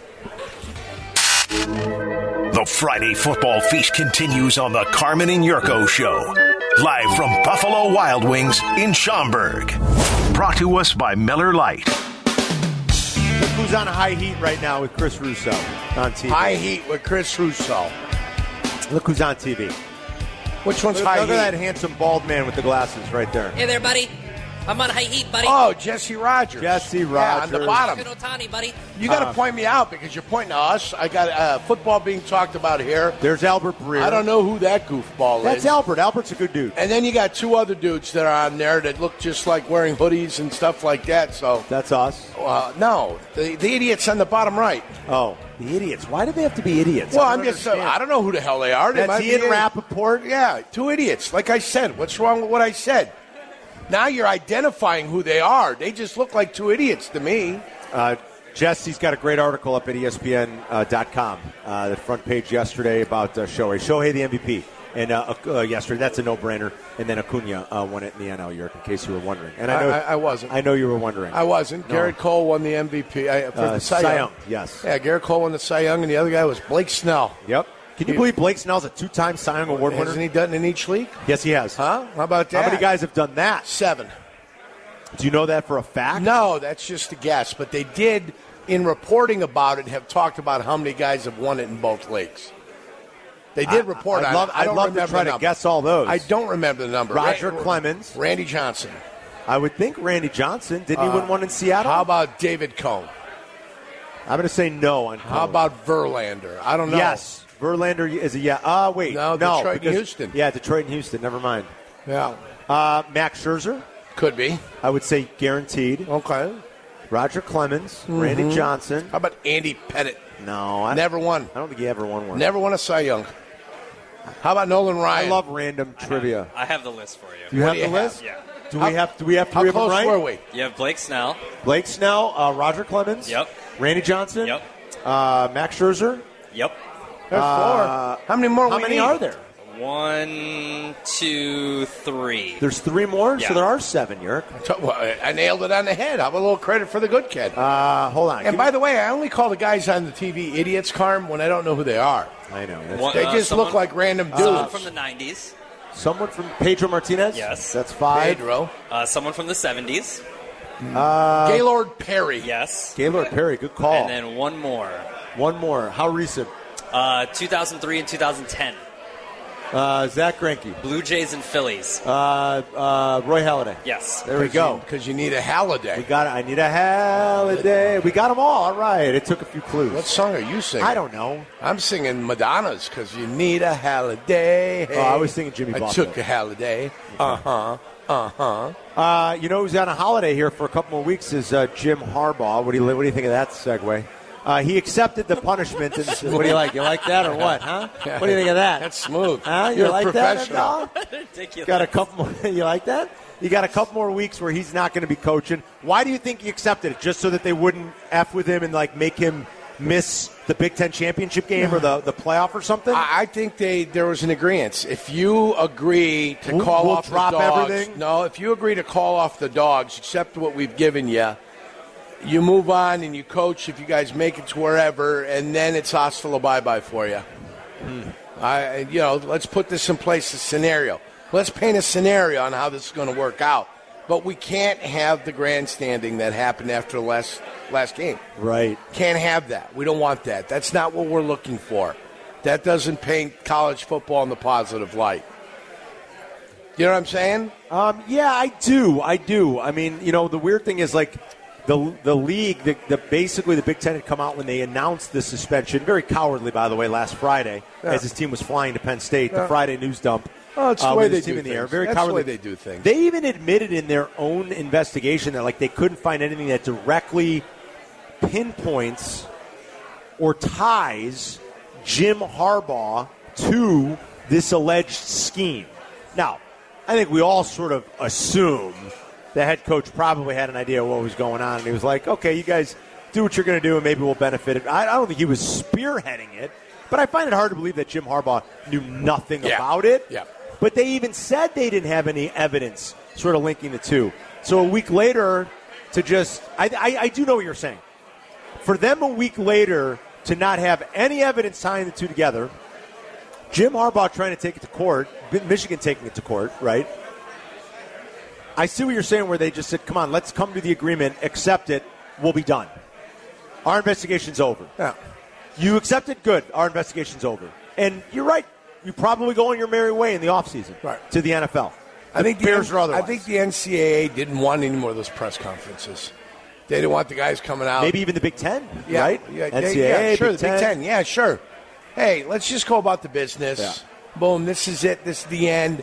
The Friday football feast continues on the Carmen and Yurko Show. Live from Buffalo Wild Wings in Schaumburg. Brought to us by Miller Lite. Look who's on high heat right now with Chris Russo on TV. High heat with Chris Russo. Look who's on TV. Which one's Look, high look heat? at that handsome bald man with the glasses right there. Hey there, buddy. I'm on high heat, buddy. Oh, Jesse Rogers. Jesse Yeah, on the Rogers. Uh. bottom. Good Otani, buddy. You got to point me out because you're pointing to us. I got uh, football being talked about here. There's Albert Breer. I don't know who that goofball That's is. Albert. Albert's a good dude. And then you got two other dudes that are on there that look just like wearing hoodies and stuff like that. So, That's us. uh, no, the, the idiots on the bottom right. Oh, the idiots. Why do they have to be idiots? Well, I I'm don't just, uh, understand. I don't know who the hell they are. They That's might be Ian idiots. Rappaport. Yeah, two idiots. Like I said, what's wrong with what I said? Now you're identifying who they are. They just look like two idiots to me. Uh, Jesse's got a great article up at ESPN.com, uh, dot com, uh, the front page yesterday about uh, Shohei. Shohei, the MVP. And uh, uh, yesterday, that's a no-brainer. And then Acuna uh, won it in the NL York, in case you were wondering. And I know I- I- I wasn't. I know you were wondering. I wasn't. No. Garrett Cole won the MVP I, for Uh, the Cy, Cy Young. Young, yes. Yeah, Garrett Cole won the Cy Young, and the other guy was Blake Snell. Yep. Can you You- believe Blake Snell's a two-time Cy Young Award Hasn't winner? he done it in each league? Yes, he has. Huh? How about that? How many guys have done that? Seven. Do you know that for a fact? No, that's just a guess. But they did, in reporting about it, have talked about how many guys have won it in both leagues. They did report I'd on love- it. I I'd don't love to remember try the to number. guess all those. I don't remember the number. Roger Ra- Clemens. Randy Johnson. I would think Randy Johnson. Didn't he win one in Seattle? Uh, How about David Cohn? I'm going to say no on How Cone. about Verlander? I don't know. Yes. Verlander is a yeah. Ah, wait. No, Detroit and because- Houston. Yeah, Detroit and Houston. Never mind. Yeah. Uh, Max Scherzer, Could be. I would say guaranteed. Okay. Roger Clemens, Randy Johnson. How about Andy Pettit? No, I Mm-hmm. Never won. I don't think he ever won one. Never won a Cy Young. How about Nolan Ryan? I love random trivia. I have the list for you. Do you What have the do you have? list? Yeah. Do we have? Do we have How three of them close right? were we? You have Blake Snell. Blake Snell, uh, Roger Clemens. Yep. Randy Johnson. Yep. Uh, Max Scherzer. Yep. There's Uh, four. How many more? How we many need? are there? One, two, three. There's three more, Yeah. so there are seven. Yerk. So- well, I- I nailed it on the head. How about a little credit for the good kid? Uh, hold on. and by the way, I only call the guys on the TV idiots, Carm, when I don't know who they are. the, I know. that's- One- They uh, just someone- look like random dudes. Uh, Someone from the 90s, Someone from Pedro Martinez. Yes. that's five. Pedro. uh, someone from the 70s, Uh, Gaylord Perry. yes, Gaylord Perry, good call. and then one more, One more. How recent? uh, 2003 and 2010, Uh, Zach Greinke. Blue Jays and Phillies, Uh, uh, Roy Halladay. yes. There we go. Because you need a We Halliday. got it. I need a Halladay. We got them all. All right. It took a few clues. What song are you singing? I don't know. I'm singing Madonna's because you need a Halliday. Oh, I was singing Jimmy I Buffett. took a Halliday. Uh huh. Uh huh. Uh, you know who's on a holiday here for a couple more weeks is uh, Jim Harbaugh. What do you What do you think of that segue? Uh, he accepted the punishment. And what do you like? You like that or what? <laughs> Huh? What do you think of that? That's smooth. <laughs> Huh? You You're a like that? professional. At all? <laughs> Ridiculous. Got a couple more. <laughs> You like that? You got a couple more weeks where he's not going to be coaching. Why do you think he accepted it? Just so that they wouldn't f with him and like make him miss the Big Ten championship game or the, the playoff or something? I, I think they there was an agreement. If you agree to We'll- call we'll off drop the dogs, everything? no, if you agree to call off the dogs, except what we've given you, you move on and you coach. If you guys make it to wherever, and then it's hostile bye bye for you. Hmm. I, you know, let's put this in place. A scenario. Let's paint a scenario on how this is going to work out. But we can't have the grandstanding that happened after the last last game. right. Can't have that. We don't want that. That's not what we're looking for. That doesn't paint college football in the positive light. You know what I'm saying? Um, yeah, I do. I do. I mean, you know, the weird thing is like the the league, the, the basically the Big Ten had come out when they announced the suspension, very cowardly, by the way, last Friday Yeah. as his team was flying to Penn State. The Friday news dump. Oh, it's the uh, way with his they team do in the air. things. Very That's the cowardly. way they do things. They even admitted in their own investigation that like they couldn't find anything that directly pinpoints or ties Jim Harbaugh to this alleged scheme. Now, I think we all sort of assume the head coach probably had an idea of what was going on, and he was like, okay, you guys do what you're going to do, and maybe we'll benefit it. I, I don't think he was spearheading it, But I find it hard to believe that Jim Harbaugh knew nothing Yeah. about it. Yeah. But they even said they didn't have any evidence, sort of linking the two. So a week later, to just I, I, I do know what you're saying. For them, a week later to not have any evidence tying the two together, Jim Harbaugh trying to take it to court, Michigan taking it to court, right? I see what you're saying where they just said, come on, let's come to the agreement, accept it, we'll be done. Our investigation's over. You accept it, good. Our investigation's over. And you're right. You probably go on your merry way in the offseason Right. to the NFL. I think the Bears N- are otherwise. I think the NCAA didn't want any more of those press conferences. They didn't want the guys coming out. Maybe even the Big Ten, yeah, right? Yeah, NCAA, they- yeah, sure, Big the Big Ten. Yeah, sure. Hey, let's just go about the business. Yeah. Boom. This is it. This is the end.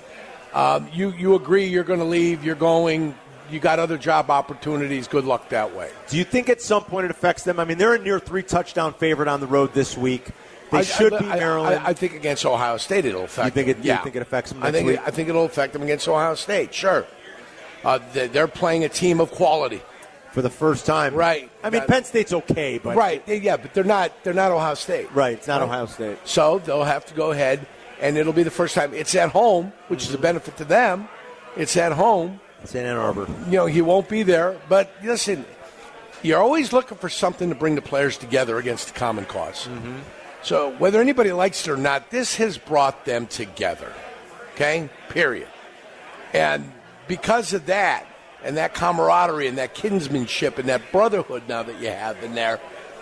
Um, you you agree you're going to leave. You're going. You got other job opportunities. Good luck that way. Do you think at some point it affects them? I mean, they're a near three touchdown favorite on the road this week. They I- should I- be I- Maryland. I, I think against Ohio State it'll affect. think it- them. you Yeah. think it affects them I next think week? I think it'll affect them against Ohio State. Sure. Uh, they- they're playing a team of quality. for the first time. Right. I mean, That- Penn State's okay, but Right. They- yeah, but they're not. They're not Ohio State. right. It's not Ohio State. So they'll have to go ahead, and it'll be the first time. It's at home, which is a benefit to them. It's at home. It's in Ann Arbor. You know, he won't be there. But listen, you're always looking for something to bring the players together against the common because So whether anybody likes it or not, this has brought them together. Okay? Period. And because of that, and that camaraderie and that kinsmanship and that brotherhood now that you have in there,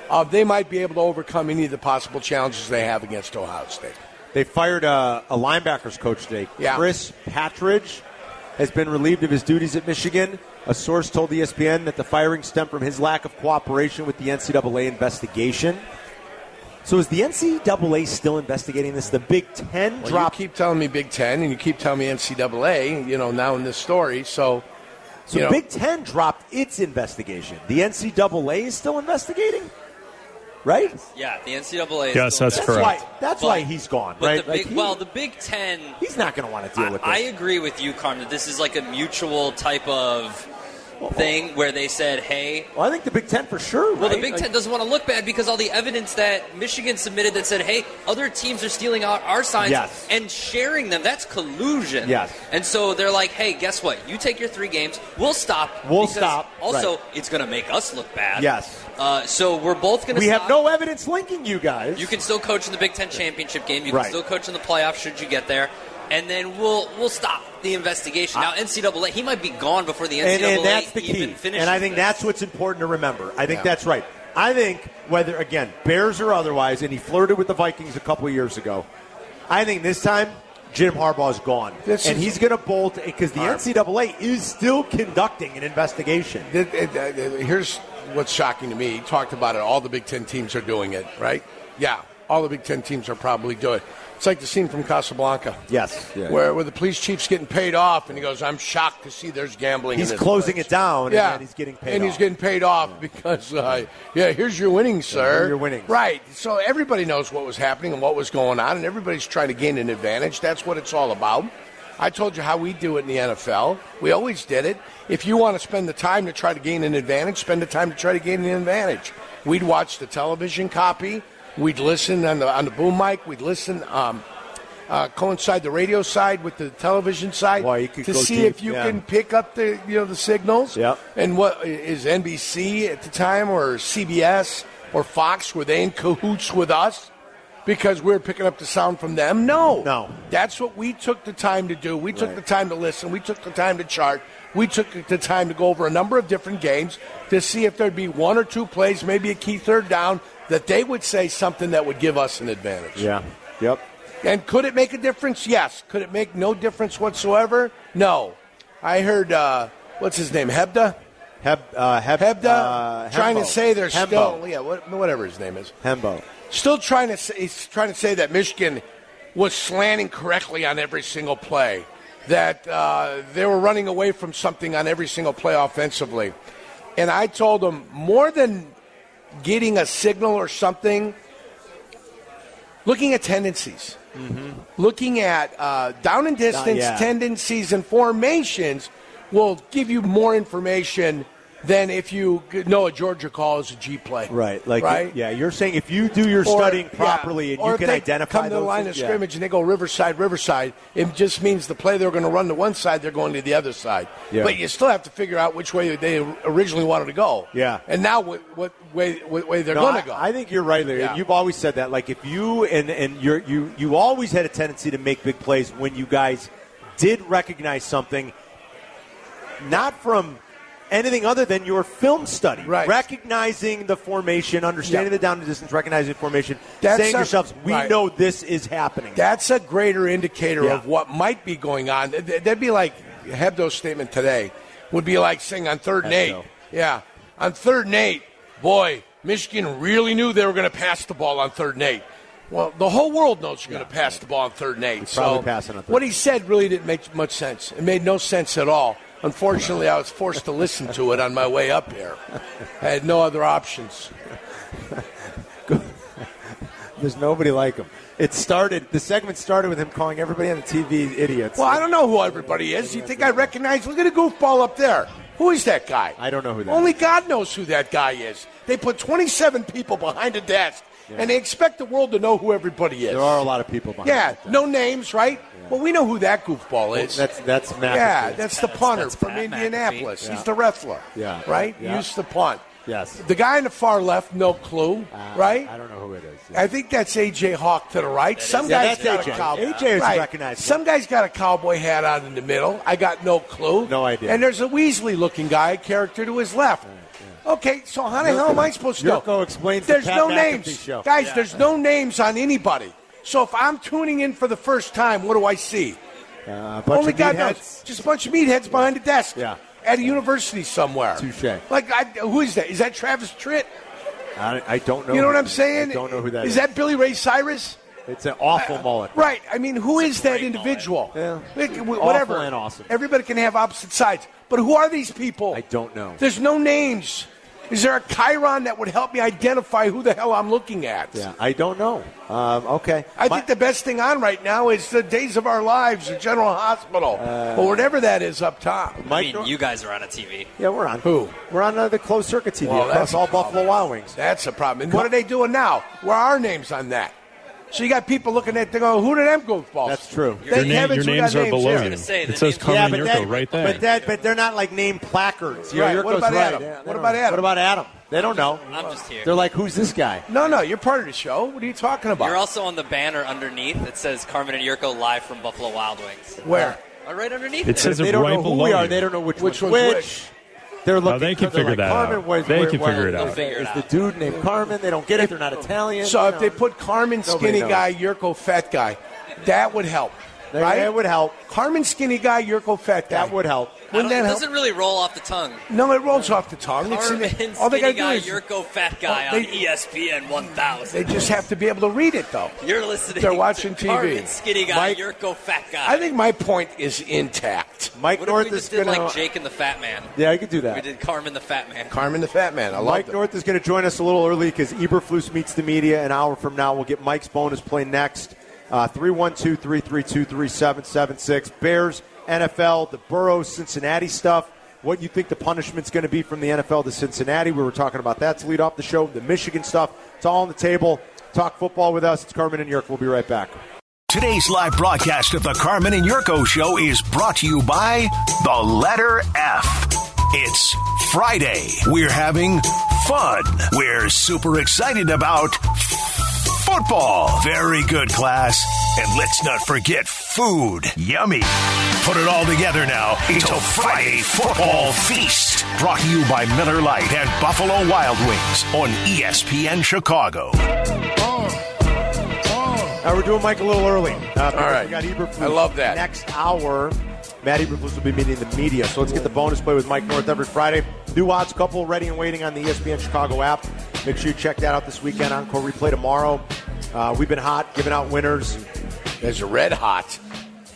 uh, they might be able to overcome any of the possible challenges they have against Ohio State. They fired a, a linebackers coach today. Yeah. Chris Patridge has been relieved of his duties at Michigan. A source told E ESPN that the firing stemmed from his lack of cooperation with the NCAA investigation. So is the NCAA still investigating this? The Big Ten Well, dropped. You keep telling me Big Ten, and you keep telling me NCAA. You know now in this story, so so you know- Big Ten dropped its investigation. The NCAA is still investigating, right? Yeah, the NCAA. Is Yes, still that's That's correct. why. That's But- why he's gone, But right? the Like, big, he- well, the Big Ten he's not going to want to deal I, with this. I agree with you, Carm, that this is like a mutual type of thing where they said, hey, well, I think the Big Ten for sure. well, the right? Big Like- Ten doesn't want to look bad because all the evidence that Michigan submitted that said, hey, other teams are stealing our, our signs Yes. and sharing them, that's collusion. Yes. And so they're like, hey, guess what? You take your three games, we'll stop. We'll because stop, Also, right. it's going to make us look bad. Yes. Uh, so we're both going to We stop. have no evidence linking you guys. You can still coach in the Big Ten championship game. You can Right. still coach in the playoffs should you get there, and then we'll we'll stop the investigation. now NCAA, he might be gone before the NCAA and, and that's the even key. finishes. And I think this. that's what's important to remember. I think Yeah. that's right. I think whether again Bears or otherwise, and he flirted with the Vikings a couple years ago. I think this time Jim Harbaugh's gone, This and is- he's going to bolt because the NCAA is still conducting an investigation. th- th- th- th- here's what's shocking to me. He talked about it. All the Big Ten teams are doing it, right? Yeah, all the Big Ten teams are probably doing it. It's like the scene from Casablanca. Yes. Yeah. Where, where the police chief's getting paid off, and he goes, "I'm shocked to see there's gambling." in He's this closing place." it down, and Yeah, then he's getting paid and off. he's getting paid off because, uh, yeah, here's your winnings, here sir. are your winnings. right? So everybody knows what was happening and what was going on, and everybody's trying to gain an advantage. That's what it's all about. I told you how we do it in the NFL. We always did it. If you want to spend the time to try to gain an advantage, spend the time to try to gain an advantage. We'd watch the television copy. We'd listen on the on the boom mic. We'd listen. Um, uh, coincide the radio side with the television side Wow, you could to go see deep, if you yeah. can pick up the you know the signals. Yep. And what is NBC at the time or CBS or Fox were they in cahoots with us because we were picking up the sound from them? No. No. That's what we took the time to do. We took Right. the time to listen. We took the time to chart. We took the time to go over a number of different games to see if there'd be one or two plays, maybe a key third down that they would say something that would give us an advantage. Yeah. Yep. And could it make a difference? Yes. Could it make no difference whatsoever? No. I heard uh, what's his name, Hebda. Heb, uh, Heb, Hebda uh, trying to Hembo. say they're Hembo. still yeah what, whatever his name is Hembo. still trying to say, he's trying to say that Michigan was slanting correctly on every single play, that uh, they were running away from something on every single play offensively, and I told him more than getting a signal or something, looking at tendencies, looking at uh, down and distance Mm-hmm. yeah. tendencies and formations will give you more information than if you no a Georgia call is a G play. Right. Like, right. yeah, you're saying if you do your Or- studying yeah. properly and Or you if can they identify come to the those line things- of yeah. scrimmage and they go Riverside, Riverside. It just means the play they're going to run to one side, they're going to the other side. Yeah. But you still have to figure out which way they originally wanted to go. Yeah. And now what, what way what way they're No, going I- to go? I think you're right, Larry. Yeah. You've always said that. Like if you and and you're, you you always had a tendency to make big plays when you guys did recognize something, not from anything other than your film study, Right. Recognizing the formation, understanding Yeah. the down and distance, recognizing the formation, That's saying to a- yourselves, "We right. know this is happening." That's a greater indicator Yeah. of what might be going on. Th- th- That'd be like Hebdo's statement today would be like saying on third and eight. Hebdo. Yeah. On third and eight, boy, Michigan really knew they were going to pass the ball on third and eight. Well, the whole world knows you're going to pass the ball on third and eight. probably so pass it on third. what he said really didn't make much sense. It made no sense at all. Unfortunately, I was forced to listen to it on my way up here. I had no other options. There's nobody like him. It started. The segment started with him calling everybody on the TV idiots. Well, I don't know who everybody is. You think I recognize? Look at a goofball up there. Who is that guy? I don't know who that Only God knows who that guy is. They put 27 people behind a desk, and they expect the world to know who everybody is. There are a lot of people behind. yeah, that. no names, right? Well, we know who that goofball is. That's that's McAfee. yeah, that's the punter that's from Pat Indianapolis. McAfee. He's the wrestler. Yeah. Right? Yeah. Used to punt. Yes. The guy on the far left, no clue, Uh, right? I don't know who it is. I think that's AJ Hawk to the right. Some Yeah, guy's got that's a AJ. cowboy. AJ is right. recognized. Some guy's got a cowboy hat on in the middle. I got no clue. No idea. And there's a Weasley-looking guy, a character to his left. Okay, so how the hell am I supposed to know? Yurko explains the There's Pat no McAfee names, show. guys. There's no names on anybody. So if I'm tuning in for the first time, what do I see? Uh, a bunch Only of God knows. meatheads. Just a bunch of meatheads behind a desk. Yeah. At a university somewhere. Touche. Like, I, who is that? Is that Travis Tritt? I, I don't know. you know who what that I'm is. saying? I don't know who that is. that Uh, Billy Ray Cyrus? It's an awful mullet. Right. I mean, who is that individual? Yeah. Like, w- whatever. and awesome. Everybody can have opposite sides. But who are these people? I don't know. There's no names. Is there a Chiron that would help me identify who the hell I'm looking at? Yeah, I don't know. Um, okay. I My- think the best thing on right now is the Days of Our Lives at General Hospital Uh, or whatever that is up top. I Mike, mean, you guys are on a TV. yeah, we're on. Who? We're on uh, the closed circuit TV Well, across that's all a problem. Buffalo Wild Wings. That's a problem. And what are they doing now? Where are our names on that? So you got people looking at, they go, who did them goofballs? That's true. Your Thank name- heavens your we got names are below here. you. say, the it says names- Carmen but Yurko that, right there. But that, but they're not like named placards. Right. Yurko's What about right. Adam? Yeah, they What don't about know. Adam? What about Adam? They don't know. I'm just here. They're like, who's this guy? No, no, you're part of the show. What are you talking about? You're also on the banner underneath that says Carmen and Yurko live from Buffalo Wild Wings. Where? Are right underneath It says They it don't right know who below we are. you. They don't know which Which one's one's which. They're looking. they can they're figure like, that Carmen out. Was, They where- can where- figure it out. is Figure it the out. dude named Carmen? They don't get it. They're not Italian. So you if know. they put Carmen Nobody Skinny knows. Guy, Yurko Fat Guy, that would help. That- right? that would help. Carmen Skinny Guy, Yurko Fat Guy. That would help. I don't- Wouldn't that it help? doesn't really roll off the tongue. No, it rolls off the tongue. It's- Carmen, all they skinny gotta guy, do is Yurko, fat guy Oh, they- on E ESPN 1000. they just have to be able to read it, though. You're listening. They're watching to TV. Carmen, skinny guy, Mike- Yurko, fat guy. I think my point is intact. Mike What North if we just is did going like to. Jake and the Fat Man? yeah, I could do We that. did Carmen the Fat Man. Carmen the Fat Man. I like Mike North is going to join us a little early because Eberflus meets the media an hour from now. We'll get Mike's bonus play next. Uh, Three one two three three two three seven seven six. Bears, NFL, the Burrow, Cincinnati stuff. What you think the punishment's going to be from the NFL to Cincinnati? We were talking about that to lead off the show. The Michigan stuff. It's all on the table. Talk football with us. It's Carmen and York. We'll be right back. Today's live broadcast of the Carmen and Yurko Show is brought to you by the letter F. It's Friday. We're having fun. We're super excited about football. Very good, class. And let's not forget food. Yummy. Put it all together now. It's a Friday football feast. Brought to you by Miller Lite and Buffalo Wild Wings on E ESPN Chicago. Uh, we're doing Mike a little early. Uh, because right. We got Eberflus. I love that. Next hour, Matt Eberflus will be meeting the media. So let's get the bonus play with Mike North every Friday. New odds couple ready and waiting on the E ESPN Chicago app. Make sure you check that out this weekend. Encore replay tomorrow. Uh, we've been hot, giving out winners. There's a red hot.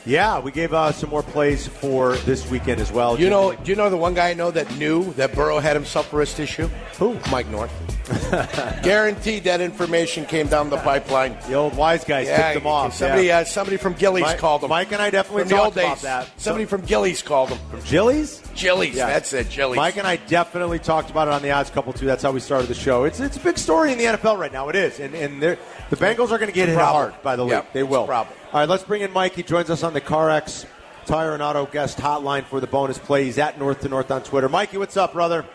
Yeah, we gave uh, some more plays for this weekend as well. You know, do you know the one guy I know that knew that Burrow had himself a wrist issue? Who? Mike North. <laughs> Guaranteed that information came down the pipeline. The old wise guys Yeah, tipped them off. Somebody, yeah. uh, somebody from Gillies Mike- called them. Mike and I definitely from the talked old days. about that. Somebody from Gillies called them. From Jillies? Gillies, that's it. Gillies. Mike and I definitely talked about it on the odds couple too. That's how we started the show. It's it's a big story in the NFL right now. It is, and and they're- the Bengals are going to get It's hit a problem. hard by the league. Yeah, they it's a will. problem. All right, let's bring in Mike. He joins us on the CarX Tire and Auto Guest Hotline for the bonus play. He's at North to North on Twitter. Mikey, what's up, brother?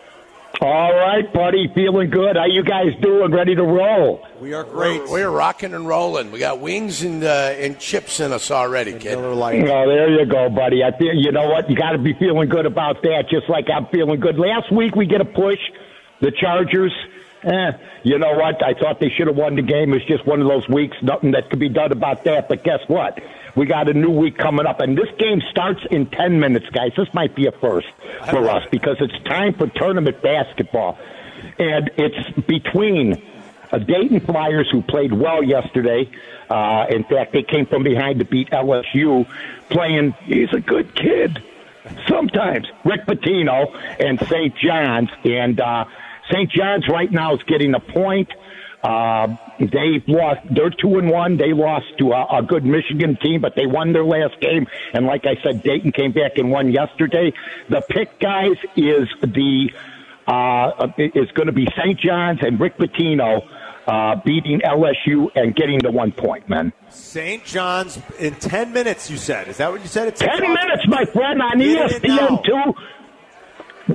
All right, buddy. Feeling good. How you guys doing? Ready to roll? Oh, We are great. We're, we're rocking and rolling. We got wings and uh, and chips in us already, kid. Miller Oh, Lite. there you go, buddy. I feel. You know what? You got to be feeling good about that, just like I'm feeling good. Last week we get a push. The Chargers. Eh, you know what? I thought they should have won the game. It's just one of those weeks. Nothing that could be done about that. But guess what? We got a new week coming up, and this game starts in 10 minutes, guys. This might be a first for us because it's time for tournament basketball. And it's between Uh, Dayton Flyers, who played well yesterday. Uh, in fact, they came from behind to beat LSU, playing, he's a good kid sometimes, Rick Patino and St. John's. And uh, St. John's right now is getting a point. Uh, they've lost. They're two and one. They lost to a, a good Michigan team, but they won their last game. And like I said, Dayton came back and won yesterday. The pick, guys, is the uh, is going to be St. John's and Rick Pitino uh, beating LSU and getting the one point, man. St. John's in ten minutes. You said is that what you said? It's Ten minutes, my friend, on Get it ESPN two.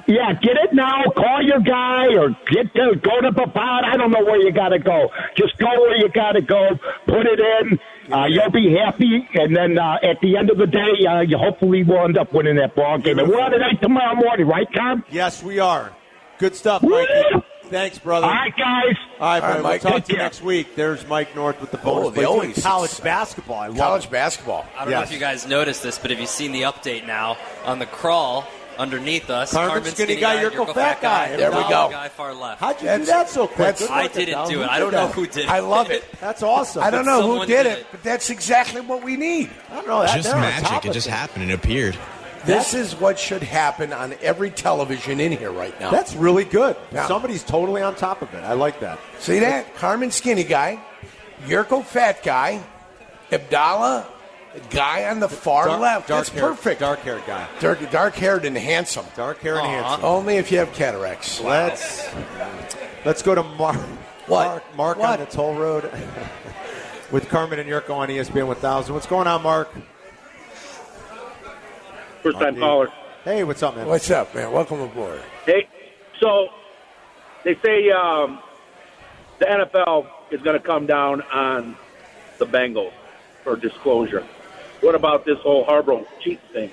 Yeah, get it now. Call your guy or get to go to Babad. I don't know where you got to go. Just go where you got to go. Put it in. Uh, you'll be happy, and then uh, at the end of the day, uh, you hopefully will end up winning that ball game. And we're on tonight tomorrow morning, right, Tom? Yes, we are. Good stuff, Woo! Mikey. Thanks, Uh, brother. All right, guys. All right, All right, brother, Mike, we'll talk take to you care. next week. There's Mike North with the bonus. they play. always- Doing college basketball. I love College it. basketball. I don't know Yes. if you guys noticed this, but have you seen the update now on the crawl underneath us? Carmen Skinny Guy, Yurko Fat Guy. and There we Dollar go. Guy far left. How'd you do That's- that so quick? that's- Good I luck, didn't Adele. do it. I don't know who did it. I love it. That's awesome. I don't know who Someone did did it, it. but that's exactly what we need. I don't know. That, just they're on top magic. It of just it. happened. It appeared. This is what should happen on every television in here right now. That's really good. Yeah. Somebody's totally on top of it. I like that. See that? Carmen Skinny Guy, Yurko Fat Guy, Abdallah, guy on the far Dark- left. dark that's hair- perfect. dark-haired guy. Dark, dark-haired and handsome. Dark hair and Aw. handsome. Only if you have cataracts. Let's let's go to Mark. What? Mark, Mark on What? the toll road <laughs> with Carmen and Yurko on E ESPN 1000. What's going on, Mark? First time caller. Hey, what's up, man? What's up, man? Welcome aboard. Hey, so they say um, the NFL is going to come down on the Bengals for disclosure. What about this whole Harbaugh cheat thing?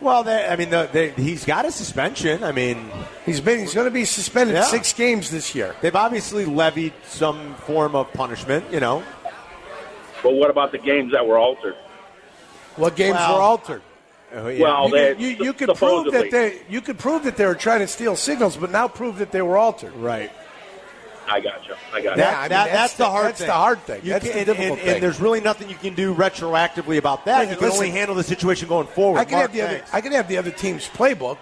Well, they, I mean, the, they, he's got a suspension. I mean, He's been. He's going to be suspended Yeah. six games this year. they've obviously levied some form of punishment. You know, But what about the games that were altered? What games Well, were altered? Uh, yeah. Well, you, they, could, you, you could prove that supposedly. they. You could prove that they were trying to steal signals, but now prove that they were altered. right. I got you. I got Yeah, you. I That- mean, that's that's, the the- hard that's thing. the hard thing. You That's can- the and- difficult and, thing. And there's really nothing you can do retroactively about that. Yeah, you can listen- only handle the situation going forward. I could Mark, have the other. thanks. I could have the other team's playbook,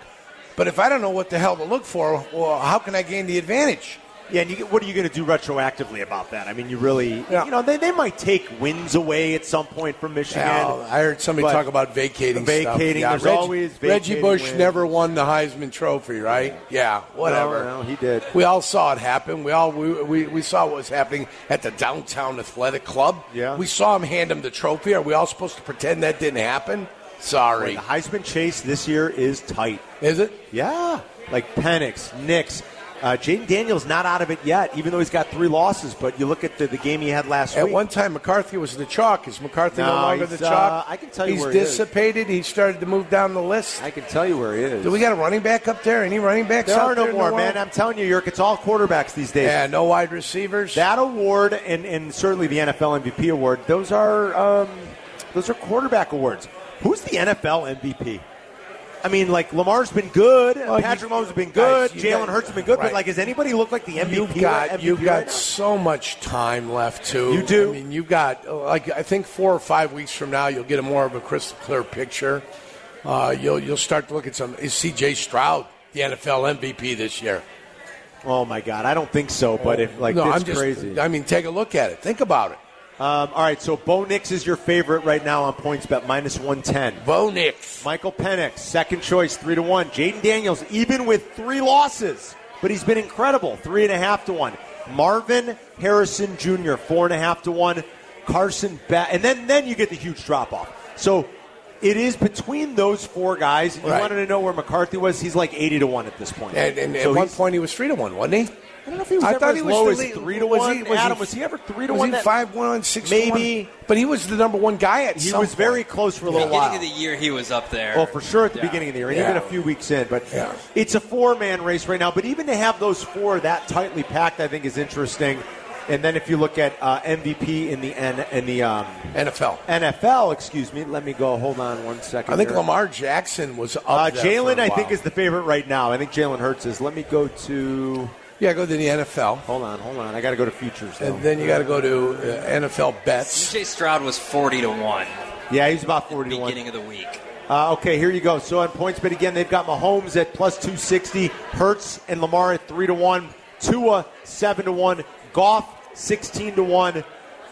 but if I don't know what the hell to look for, well, how can I gain the advantage? yeah, and you, get- what are you going to do retroactively about that? I mean, you really, Yeah. you know, they, they might take wins away at some point from Michigan. Now, I heard somebody But- talk about vacating. stuff. Vacating, Yeah, there's always Reggie vacating Bush wins. never won the Heisman Trophy, right? Yeah, whatever. No, no, he did. We all saw it happen. We all we, we, we saw what was happening at the downtown athletic club. Yeah. we saw him hand him the trophy. Are we all supposed to pretend that didn't happen? Boy, Sorry, the Heisman chase this year is tight. is it? Yeah, like Penix, Knicks. Uh, Jaden Daniels not out of it yet, even though he's got three losses. But you look at the, the game he had last At week. one time, McCarthy was the chalk. Is McCarthy no, No, longer the he's, chalk? uh, I can tell you he's where he is. dissipated. He started to move down the list. I can tell you where he is. Do we got a running back up there? Any running backs? there out are no in the more, world? man. I'm telling you, Yerk, it's all quarterbacks these days. Yeah, no wide receivers. That award and, and certainly the NFL MVP award, those are um, those are quarterback awards. Who's the NFL MVP? I mean, like Lamar's been good, you- Patrick Mahomes has been good, guys, you Jalen got- Hurts has been good, right. but like, does anybody look like the MVP? You've got MVP you've got right now? so much time left too. You do? I mean, you've got uh, like I think four or five weeks from now, you'll get a more of a crystal clear picture. Uh, you'll you'll start to look at some. Is C.J. Stroud the NFL MVP this year? Oh my God, I don't think so. But if like No, it's I'm just- crazy. I mean, take a look at it. Think about it. Um, all right, so Bo Nix is your favorite right now on points bet minus one ten. Bo Nix, Michael Penix, second choice, three to one. Jaden Daniels, even with three losses, but he's been incredible, three and a half to one. Marvin Harrison Jr., four and a half to one. Carson Bat, and then then you get the huge drop off. So it is between those four guys. You Right. wanted to know where McCarthy was. He's like eighty to one at this point. And, and So at one he's- point he was three to one, wasn't he? I don't know if he was I ever thought as he was low the as lead- three to was one. he- was he- Adam, was he ever three to was one? he that- five one six? to Maybe. one? but he was the number one guy at. He some was point. very close for a little beginning while. of the year, he was up there. Well, for sure at the Yeah. beginning of the year, and Yeah. even a few weeks in. But it's a four-man race right now. But even to have those four that tightly packed, I think is interesting. And then if you look at uh, MVP in the N, in the um, NFL, NFL, excuse me. Let me go. Hold on one second. I think here. Lamar Jackson was up. Uh, there for a Jalen, I while. think, is the favorite right now. I think Jalen Hurts is. Let me go to. Yeah, go to the NFL. Hold on, hold on. I got to go to futures. And though. then you got to go to uh, NFL bets. CJ Stroud was 40 to 1 Yeah, he's about forty to one. beginning of the week. Uh, okay, here you go. So on points bet again, they've got Mahomes at plus 260, Hertz and Lamar at 3 to 1, Tua 7 to 1, Goff 16 to 1,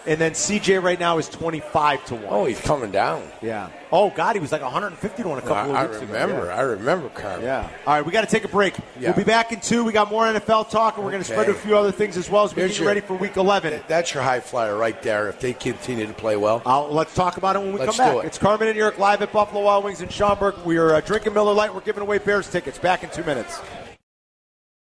and then CJ right now is 25 to 1. Oh, he's coming down. yeah. Oh, God, he was like 150 to 1 a couple I, I of weeks remember. ago. I remember, Carmen. Yeah. yeah. All right, we got to take a break. Yeah. We'll be back in two. We got more NFL talk, and we're going to spread Okay. a few other things as well as we Here's get you your- ready for week 11. That's your high flyer right there. If they continue to play well, I'll, let's talk about it when we Let's come back. do it. It's Carmen and York live at Buffalo Wild Wings in Schaumburg. We are uh, drinking Miller Lite. We're giving away Bears tickets. Back in two minutes.